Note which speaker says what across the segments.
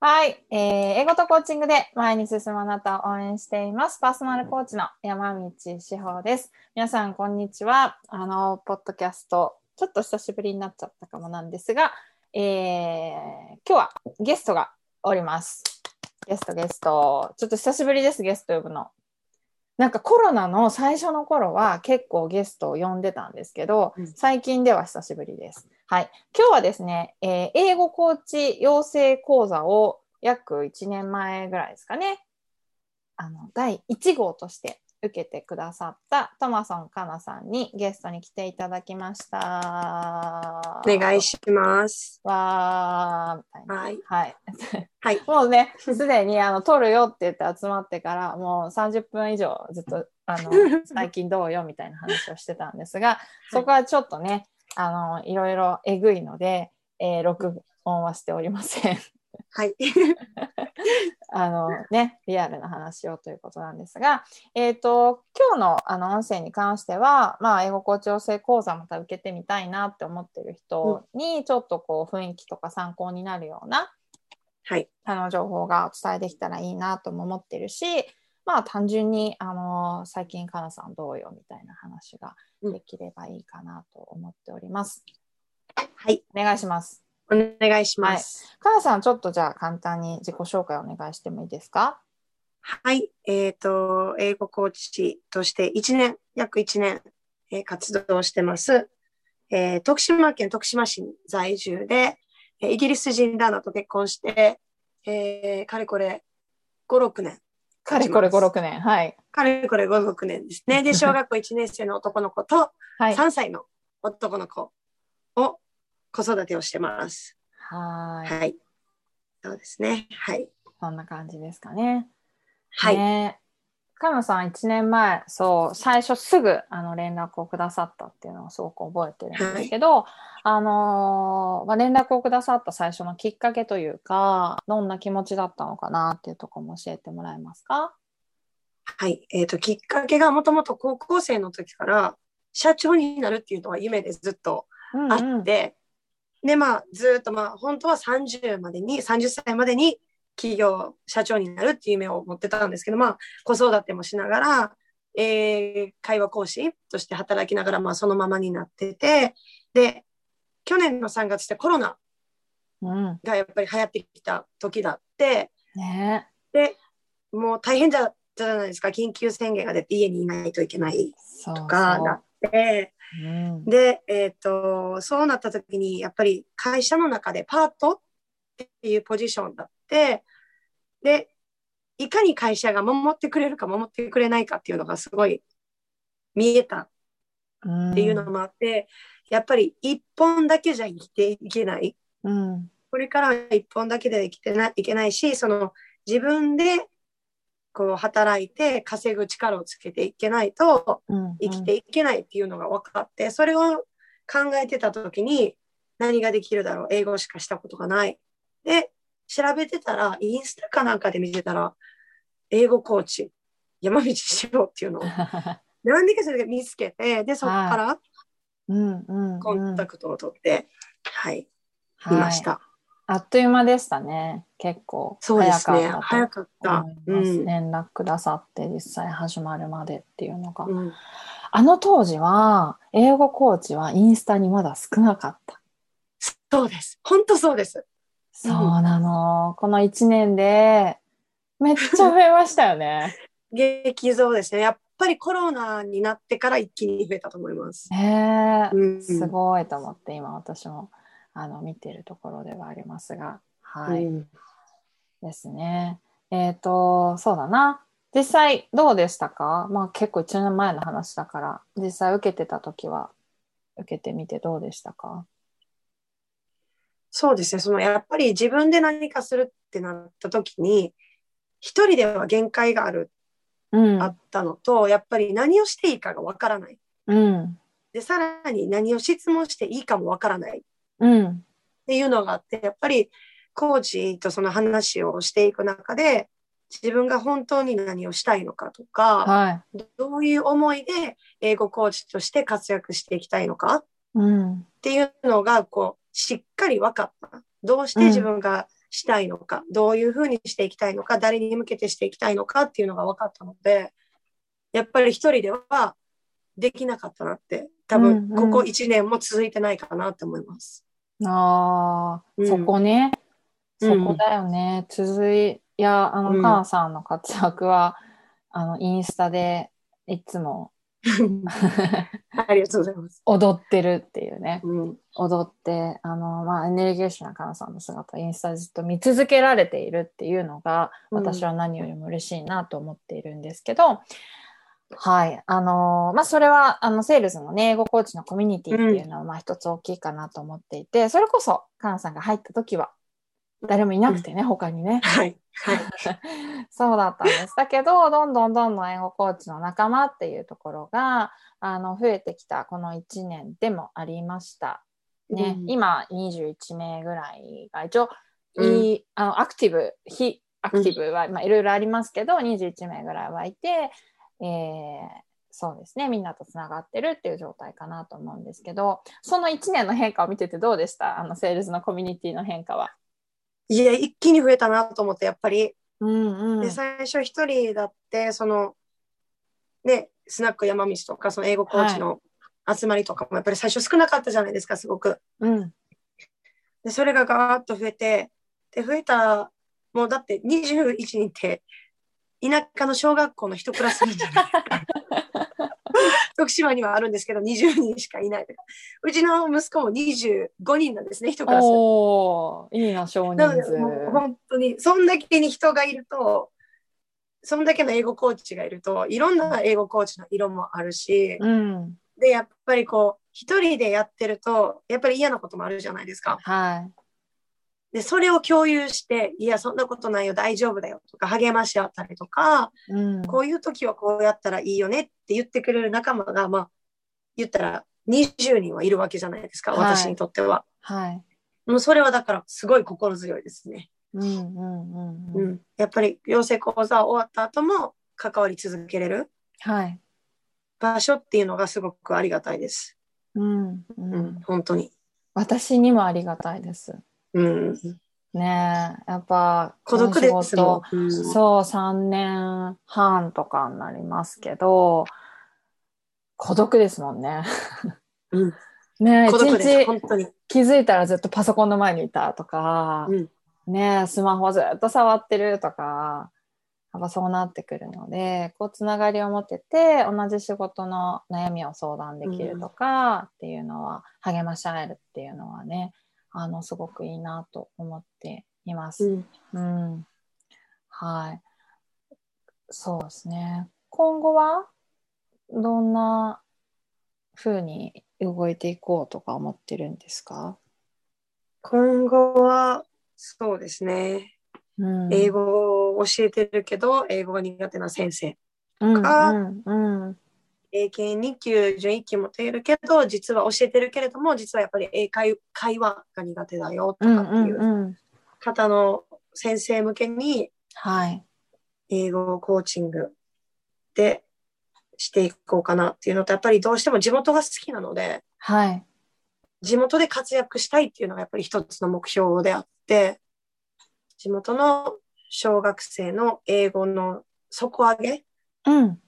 Speaker 1: はい、えー、英語とコーチングで前に進むあなたを応援しています。パーソナルコーチの山道志保です。皆さん、こんにちは。あの、ポッドキャスト、ちょっと久しぶりになっちゃったかもなんですが、えー、今日はゲストがおります。ゲスト、ゲスト。ちょっと久しぶりです、ゲスト呼ぶの。なんかコロナの最初の頃は結構ゲストを呼んでたんですけど、最近では久しぶりです。はい。今日はですね、えー、英語コーチ養成講座を約1年前ぐらいですかね、あの、第1号として受けてくださったトマソンかなさんにゲストに来ていただきました。
Speaker 2: お願いします。
Speaker 1: わー、みたいな。
Speaker 2: はい。
Speaker 1: はい。
Speaker 2: はい、
Speaker 1: もうね、すでにあの撮るよって言って集まってから、もう30分以上ずっと、あ の、最近どうよみたいな話をしてたんですが、そこはちょっとね、あの、いろいろえぐいので、えー、録音はしておりません。
Speaker 2: はい。
Speaker 1: あのね、リアルな話をということなんですが、えっ、ー、と、今日のあの音声に関しては、まあ、英語校調整講座また受けてみたいなって思ってる人に、ちょっとこう、雰囲気とか参考になるような、
Speaker 2: はい。
Speaker 1: あの、情報がお伝えできたらいいなとも思ってるし、まあ、単純に、あの、最近、かなさんどうよみたいな話ができればいいかなと思っております。
Speaker 2: はい。
Speaker 1: お願いします。
Speaker 2: お願いします。
Speaker 1: はい、かなさん、ちょっとじゃあ簡単に自己紹介お願いしてもいいですか
Speaker 2: はい。えっ、ー、と、英語コーチとして1年、約1年、えー、活動してます、えー。徳島県徳島市在住で、えー、イギリス人旦那と結婚して、えー、かれこれ5、6年。
Speaker 1: かれこれ5、6年。はい。
Speaker 2: かれこれ5、6年ですね。で、小学校1年生の男の子と、3歳の男の子を子育てをしてます。
Speaker 1: はい。
Speaker 2: はい。そうですね。はい。
Speaker 1: そんな感じですかね。
Speaker 2: はい。
Speaker 1: ねカムさん1年前、そう、最初すぐあの連絡をくださったっていうのをすごく覚えてるんですけど、はい、あのー、まあ、連絡をくださった最初のきっかけというか、どんな気持ちだったのかなっていうとこも教えてもらえますか
Speaker 2: はい。えっ、ー、と、きっかけがもともと高校生の時から社長になるっていうのは夢でずっとあって、うんうんでまあずっとまあ本当は30までに30歳までに企業社長になるっていう夢を持ってたんですけどまあ子育てもしながら、えー、会話講師として働きながらまあそのままになっててで去年の3月ってコロナがやっぱり流行ってきた時だって、
Speaker 1: うん、ね、
Speaker 2: でもう大変じゃじゃないですか緊急宣言が出て家にいないといけないとかなって。
Speaker 1: うん、
Speaker 2: で、えーと、とそうなった時にやっぱり会社の中でパートっていうポジションだってでいかに会社が守ってくれるか守ってくれないかっていうのがすごい見えたっていうのもあって、うん、やっぱり一本だけじゃ生きていけない、
Speaker 1: うん、
Speaker 2: これから一本だけで生きてないけないしその自分でこう働いて稼ぐ力をつけていけないと生きていけないっていうのが分かって、それを考えてた時に何ができるだろう英語しかしたことがない。で調べてたらインスタかなんかで見てたら英語コーチ山道志郎っていう のを何でかそれで見つけてでそこからコンタクトを取って、はい、見ました。
Speaker 1: あっという間でしたね。結構
Speaker 2: 早かったそうですね。早かった。
Speaker 1: うん、連絡くださって実際始まるまでっていうのが、うん、あの当時は英語コーチはインスタにまだ少なかった。
Speaker 2: そうです。本当そうです。
Speaker 1: そうなの。うん、この1年でめっちゃ増えましたよ ね。
Speaker 2: 激増ですね。やっぱりコロナになってから一気に増えたと思います。
Speaker 1: へえー、すごいと思って今私も。あの見てるところではありますが、はい、うん、ですね。えっ、ー、とそうだな実際どうでしたか、まあ、結構1年前の話だから実際受けてた時は受けてみてどうでしたか
Speaker 2: そうですねそのやっぱり自分で何かするってなった時に一人では限界がある、
Speaker 1: うん、
Speaker 2: あったのとやっぱり何をしていいかがわからない、
Speaker 1: うん、
Speaker 2: でさらに何を質問していいかもわからない
Speaker 1: うん、って
Speaker 2: いうのがあってやっぱりコーチとその話をしていく中で自分が本当に何をしたいのかとか、
Speaker 1: はい、
Speaker 2: どういう思いで英語コーチとして活躍していきたいのか、
Speaker 1: うん、
Speaker 2: っていうのがこうしっかり分かったどうして自分がしたいのか、どういうふうにしていきたいのか、誰に向けてしていきたいのかっていうのが分かったので、やっぱり一人ではできなかったなって、多
Speaker 1: うん
Speaker 2: 分
Speaker 1: うん
Speaker 2: ここ1年も続いてないかなって思います。
Speaker 1: ああ、
Speaker 2: うん
Speaker 1: そこね。
Speaker 2: う
Speaker 1: そ
Speaker 2: ん
Speaker 1: こだよね。続い、いや、あ
Speaker 2: う
Speaker 1: の、
Speaker 2: ん
Speaker 1: カナさんの活躍は、あの、インスタでいつも
Speaker 2: ありがとうございます。
Speaker 1: 踊ってるっていうね。
Speaker 2: うん、
Speaker 1: 踊って、あの、まあ、エネルギッシュなカナさんの姿をインスタでずっと見続けられているっていうのが、
Speaker 2: うん
Speaker 1: 私は何よりも嬉しいなと思っているんですけど、はい。あのまあ、それは、あの、セールスのね、英語コーチのコミュニティっていうのは、まあ、一つ大きいかなと思っていて、それこそ、カナさんが入った時は、誰もいなくてね、他にね。
Speaker 2: はい。はい。
Speaker 1: そうだったんです。だけど、どんどんどんどん英語コーチの仲間っていうところが、あの、増えてきたこの1年でもありました。ね、
Speaker 2: うん
Speaker 1: 今21名ぐらいが一応、
Speaker 2: うん
Speaker 1: いいあのアクティブ、非アクティブは、まあ、いろいろありますけど、21名ぐらいはいて、えーそうですね、みんなとつながってるっていう状態かなと思うんですけど、その1年の変化を見ててどうでしたあの、セールスのコミュニティの変化は。
Speaker 2: いや、一気に増えたなと思って、やっぱり。
Speaker 1: うんう
Speaker 2: で、
Speaker 1: ん。
Speaker 2: 最初一人だって、その、ね、スナック山道とか、その英語コーチの集まりとかも、やっぱり最初少なかったじゃないですか、すごく。
Speaker 1: うん。
Speaker 2: で、それがガーッと増えて、で、増えた、もうだって21人って、田舎の小学校の一クラスみた いな。徳島にはあるんですけど、20人しかいない。うちの息子も25人なんですね、一クラス。
Speaker 1: おーいいな、少人
Speaker 2: なので、
Speaker 1: 数。
Speaker 2: もう本当に、そんだけに人がいると、そんだけの英語コーチがいると、いろんな英語コーチの色もあるし、
Speaker 1: うん。
Speaker 2: で、やっぱりこう、一人でやってると、やっぱり嫌なこともあるじゃないですか。
Speaker 1: はい。
Speaker 2: で、それを共有して、いや、そんなことないよ、大丈夫だよとか、励まし合ったりとか、
Speaker 1: うん、
Speaker 2: こういう時はこうやったらいいよねって言ってくれる仲間が、まあ、言ったら20人はいるわけじゃないですか、
Speaker 1: はい
Speaker 2: 私にとっては。
Speaker 1: はい。
Speaker 2: もうそれはだから、すごい心強いですね。
Speaker 1: うんうんうん
Speaker 2: う
Speaker 1: うん。
Speaker 2: ん、やっぱり養成講座終わった後も関わり続けれる
Speaker 1: はい。
Speaker 2: 場所っていうのがすごくありがたいです。
Speaker 1: うんう
Speaker 2: うんん、、本当に。
Speaker 1: 私にもありがたいです。
Speaker 2: うん、
Speaker 1: ねえ、やっぱ
Speaker 2: 孤独で
Speaker 1: この仕
Speaker 2: す
Speaker 1: 事
Speaker 2: もん。うん
Speaker 1: そう、3年半とかになりますけど、孤独ですもんね。
Speaker 2: うん
Speaker 1: ねえ、
Speaker 2: 孤独です、
Speaker 1: 一日
Speaker 2: 本当に。
Speaker 1: 気づいたらずっとパソコンの前にいたとか、
Speaker 2: うん
Speaker 1: ねえ、スマホずっと触ってるとか、やっぱそうなってくるので、こうつながりを持てて、同じ仕事の悩みを相談できるとかっていうのは、励まし合えるっていうのはね、あの、すごくいいなと思っています。
Speaker 2: うん
Speaker 1: うん。はい。そうですね。今後は、どんな風に動いていこうとか思ってるんですか、
Speaker 2: 今後は、そうですね。
Speaker 1: うん、
Speaker 2: 英語を教えてるけど、英語が苦手な先生。
Speaker 1: か
Speaker 2: か
Speaker 1: うんうんうん
Speaker 2: 英検2級、準1級持っているけど、実は教えてるけれども、実はやっぱり英会会話が苦手だよと
Speaker 1: うん
Speaker 2: かっていううん
Speaker 1: うん
Speaker 2: 方の先生向けに、
Speaker 1: はい。
Speaker 2: 英語コーチングでしていこうかなっていうのと、やっぱりどうしても地元が好きなので、
Speaker 1: はい。
Speaker 2: 地元で活躍したいっていうのがやっぱり一つの目標であって、地元の小学生の英語の底上げ
Speaker 1: うん。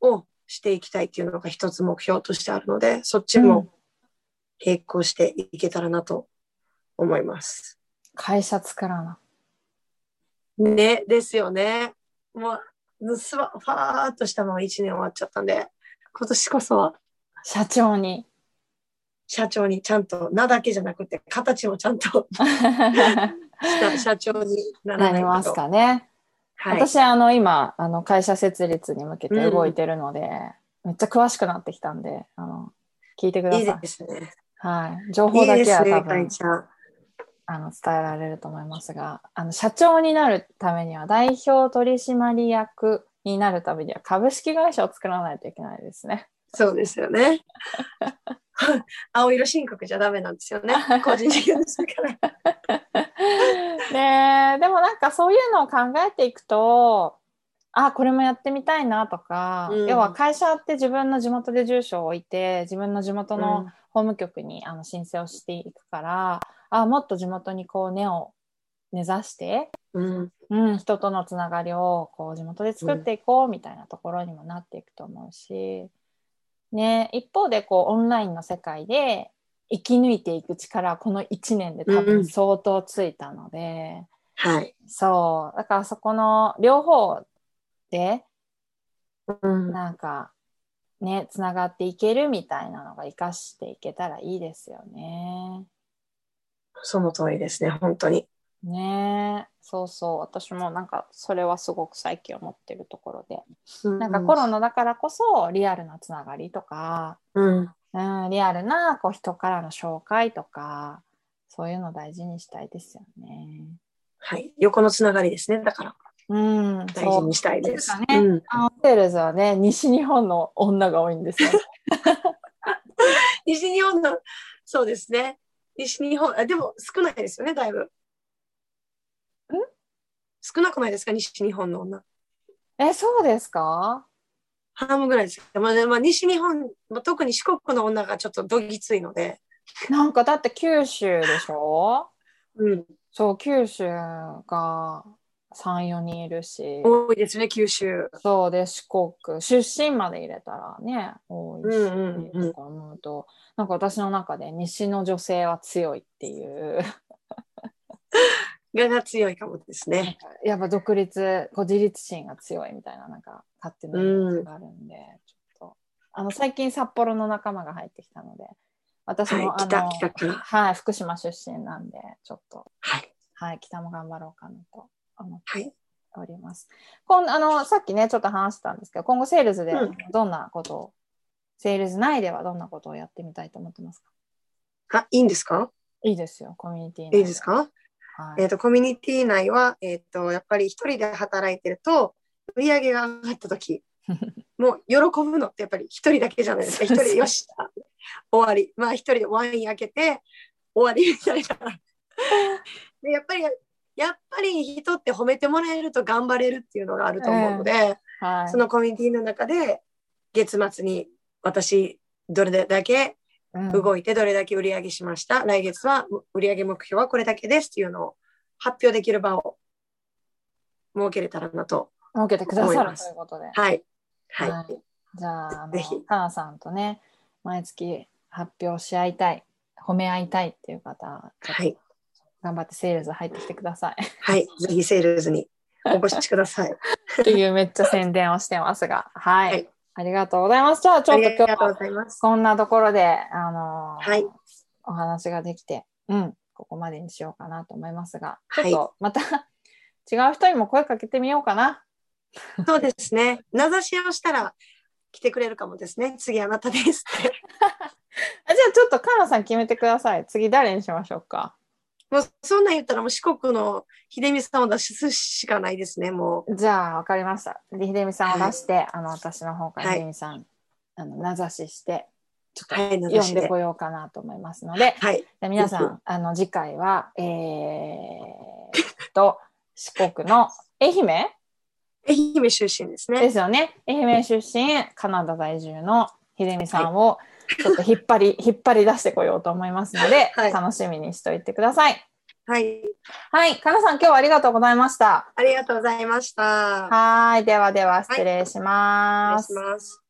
Speaker 2: をしていきたいっていうのが一つ目標としてあるので、そっちも並行していけたらなと思います。
Speaker 1: 会社作らな。
Speaker 2: ね、ですよね。もう、すわ、ファーっとしたまま一年終わっちゃったんで、今年こそは
Speaker 1: 社長 に。
Speaker 2: 社長にちゃんと名だけじゃなくて形もちゃんとした社長になら
Speaker 1: な
Speaker 2: ない
Speaker 1: り
Speaker 2: と
Speaker 1: ますかね。
Speaker 2: はい、
Speaker 1: 私、あの、今、あの、会社設立に向けて動いてるので、めっちゃ詳しくなってきたんで、あの、聞いてください。
Speaker 2: いいですね。
Speaker 1: はい。情
Speaker 2: い
Speaker 1: 報
Speaker 2: い
Speaker 1: だ
Speaker 2: で
Speaker 1: けは
Speaker 2: す
Speaker 1: 多
Speaker 2: ね、
Speaker 1: 分、
Speaker 2: 会社。
Speaker 1: あの、伝えられると思いますが、あの、社長になるためには、代表取締役になるためには、株式会社を作らないといけないですね。
Speaker 2: そうですよね。 青色申告じゃダメなんですよ ね。個人事業主だから。
Speaker 1: ねえでもなんかそういうのを考えていくとあこれもやってみたいなとか、
Speaker 2: うん
Speaker 1: 要は会社って自分の地元で住所を置いて自分の地元の法務局にあの申請をしていくから、あもっと地元にこう根を目指して、
Speaker 2: うん、
Speaker 1: うん、人とのつながりをこう地元で作っていこうみたいなところにもなっていくと思うし、ね、一方でこうオンラインの世界で生き抜いていく力はこの1年で多分相当ついたので、
Speaker 2: はい。
Speaker 1: そうだからそこの両方で
Speaker 2: うん、
Speaker 1: なんかねつながっていけるみたいなのが生かしていけたらいいですよね。
Speaker 2: その通りですね、本当に。
Speaker 1: ねそうそう私もなんかそれはすごく最近思ってるところでなんかコロナだからこそリアルなつながりとか、
Speaker 2: う
Speaker 1: う
Speaker 2: ん、
Speaker 1: ん、リアルなこう人からの紹介とかそういうの大事にしたいですよね。
Speaker 2: はい。横のつながりですね、だから
Speaker 1: うん、
Speaker 2: 大事
Speaker 1: そう
Speaker 2: にしたいです。
Speaker 1: そうですかね
Speaker 2: うん、
Speaker 1: あのホテルズはね西日本の女が多いん ですよ。
Speaker 2: 西日本の、そうですね。西日本、あでも少ないですよね、だいぶ。少なくないですか、西日本の女。
Speaker 1: えそうですか
Speaker 2: 半分ぐらいですけど、まあねまあ、西日本、まあ特に四国の女がちょっとどぎついので、
Speaker 1: なんかだって九州でしょ
Speaker 2: うん、
Speaker 1: そう九州が34人いるし
Speaker 2: 多いですね、九州。
Speaker 1: そうで四国出身まで入れたらね多いし、
Speaker 2: うんうんうん
Speaker 1: とか思うとなんか私の中で西の女性は強いっていう
Speaker 2: がが強いかもですね。
Speaker 1: やっぱ独立こう自立心が強いみたいななんか勝手なイメージがあるんで、ちょっとあの最近札幌の仲間が入ってきたので私も、
Speaker 2: はい
Speaker 1: あ
Speaker 2: 北
Speaker 1: の
Speaker 2: 北から
Speaker 1: はい、福島出身なんでちょっと
Speaker 2: はい。
Speaker 1: はい、北も頑張ろうかなと思っ
Speaker 2: はい
Speaker 1: ております。こんあのさっきねちょっと話したんですけど今後セールスで
Speaker 2: うん
Speaker 1: どんなことを、セールス内ではどんなことをやってみたいと思ってますか
Speaker 2: あ、いいんですか
Speaker 1: いいですよコミュニティ内
Speaker 2: いいです、か
Speaker 1: はい
Speaker 2: えっ、と、コミュニティ内は、えっ、と、やっぱり一人で働いてると、売り上げが上がった時 もう喜ぶのってやっぱり一人だけじゃないですか。一
Speaker 1: そうそ
Speaker 2: 人
Speaker 1: う
Speaker 2: でよし、終わり。まあ一人でワイン開けて、終わりみたい な。でやっぱり、やっぱり人って褒めてもらえると頑張れるっていうのがあると思うので、
Speaker 1: はい
Speaker 2: そのコミュニティの中で、月末に私、どれだけ
Speaker 1: うん
Speaker 2: 動いてどれだけ売り上げしました、来月は売り上げ目標はこれだけですっていうのを発表できる場を設けれたらなと。
Speaker 1: 設けてくださ
Speaker 2: 思
Speaker 1: る
Speaker 2: います
Speaker 1: ということで、
Speaker 2: はい。はい。
Speaker 1: はいじゃああの
Speaker 2: ぜひ
Speaker 1: かなさんとね毎月発表し合いたい褒め合いたいっていう方
Speaker 2: はい。
Speaker 1: 頑張ってセールス入ってきてくだ さい
Speaker 2: はい。ぜひセールズにお越しくだ さい。
Speaker 1: っていうめっちゃ宣伝をしてますが、はい。
Speaker 2: はい
Speaker 1: ありがとうございます。じゃあちょ
Speaker 2: あ
Speaker 1: っと
Speaker 2: り
Speaker 1: 今日
Speaker 2: がとう
Speaker 1: は
Speaker 2: ございます。
Speaker 1: こんなところで、あのー
Speaker 2: はい
Speaker 1: お話ができて、うん、ここまでにしようかなと思いますが、ちょ
Speaker 2: は
Speaker 1: っ
Speaker 2: い
Speaker 1: とまた 違う人にも声かけてみようかな。
Speaker 2: そうですね。名指しをしたら来てくれるかもですね。次あなたですって。
Speaker 1: あじゃあちょっとカナさん決めてください。次誰にしましょうか。
Speaker 2: もうそんなん言ったらもう四国の秀美さんを出すしかないですね。も
Speaker 1: じゃあわかりました。で、ひでみさんを出して、あの、私の方から
Speaker 2: はい
Speaker 1: ひでみさん、あの、名指しして、ちょ
Speaker 2: う。は
Speaker 1: っ
Speaker 2: い。名
Speaker 1: と
Speaker 2: 指
Speaker 1: 読ん
Speaker 2: し
Speaker 1: で
Speaker 2: で。
Speaker 1: こようかなと思いますので、
Speaker 2: はい。
Speaker 1: じゃあ皆さ
Speaker 2: ぜ
Speaker 1: ん、あの次回は、えー、と、四国の愛媛
Speaker 2: 愛媛出身です
Speaker 1: で
Speaker 2: ね。
Speaker 1: すよね。愛媛出身、カナダ在住の秀美さんを、ちょっと引っ張り、 引っ張り出してこようと思いますので、
Speaker 2: はい
Speaker 1: 楽しみにしておいてください。
Speaker 2: はい。
Speaker 1: はい、かなさん、今日はありがとうございました。
Speaker 2: ありがとうございました。
Speaker 1: はーい、ではでは失礼し
Speaker 2: お願
Speaker 1: ま
Speaker 2: い
Speaker 1: す
Speaker 2: し。ます。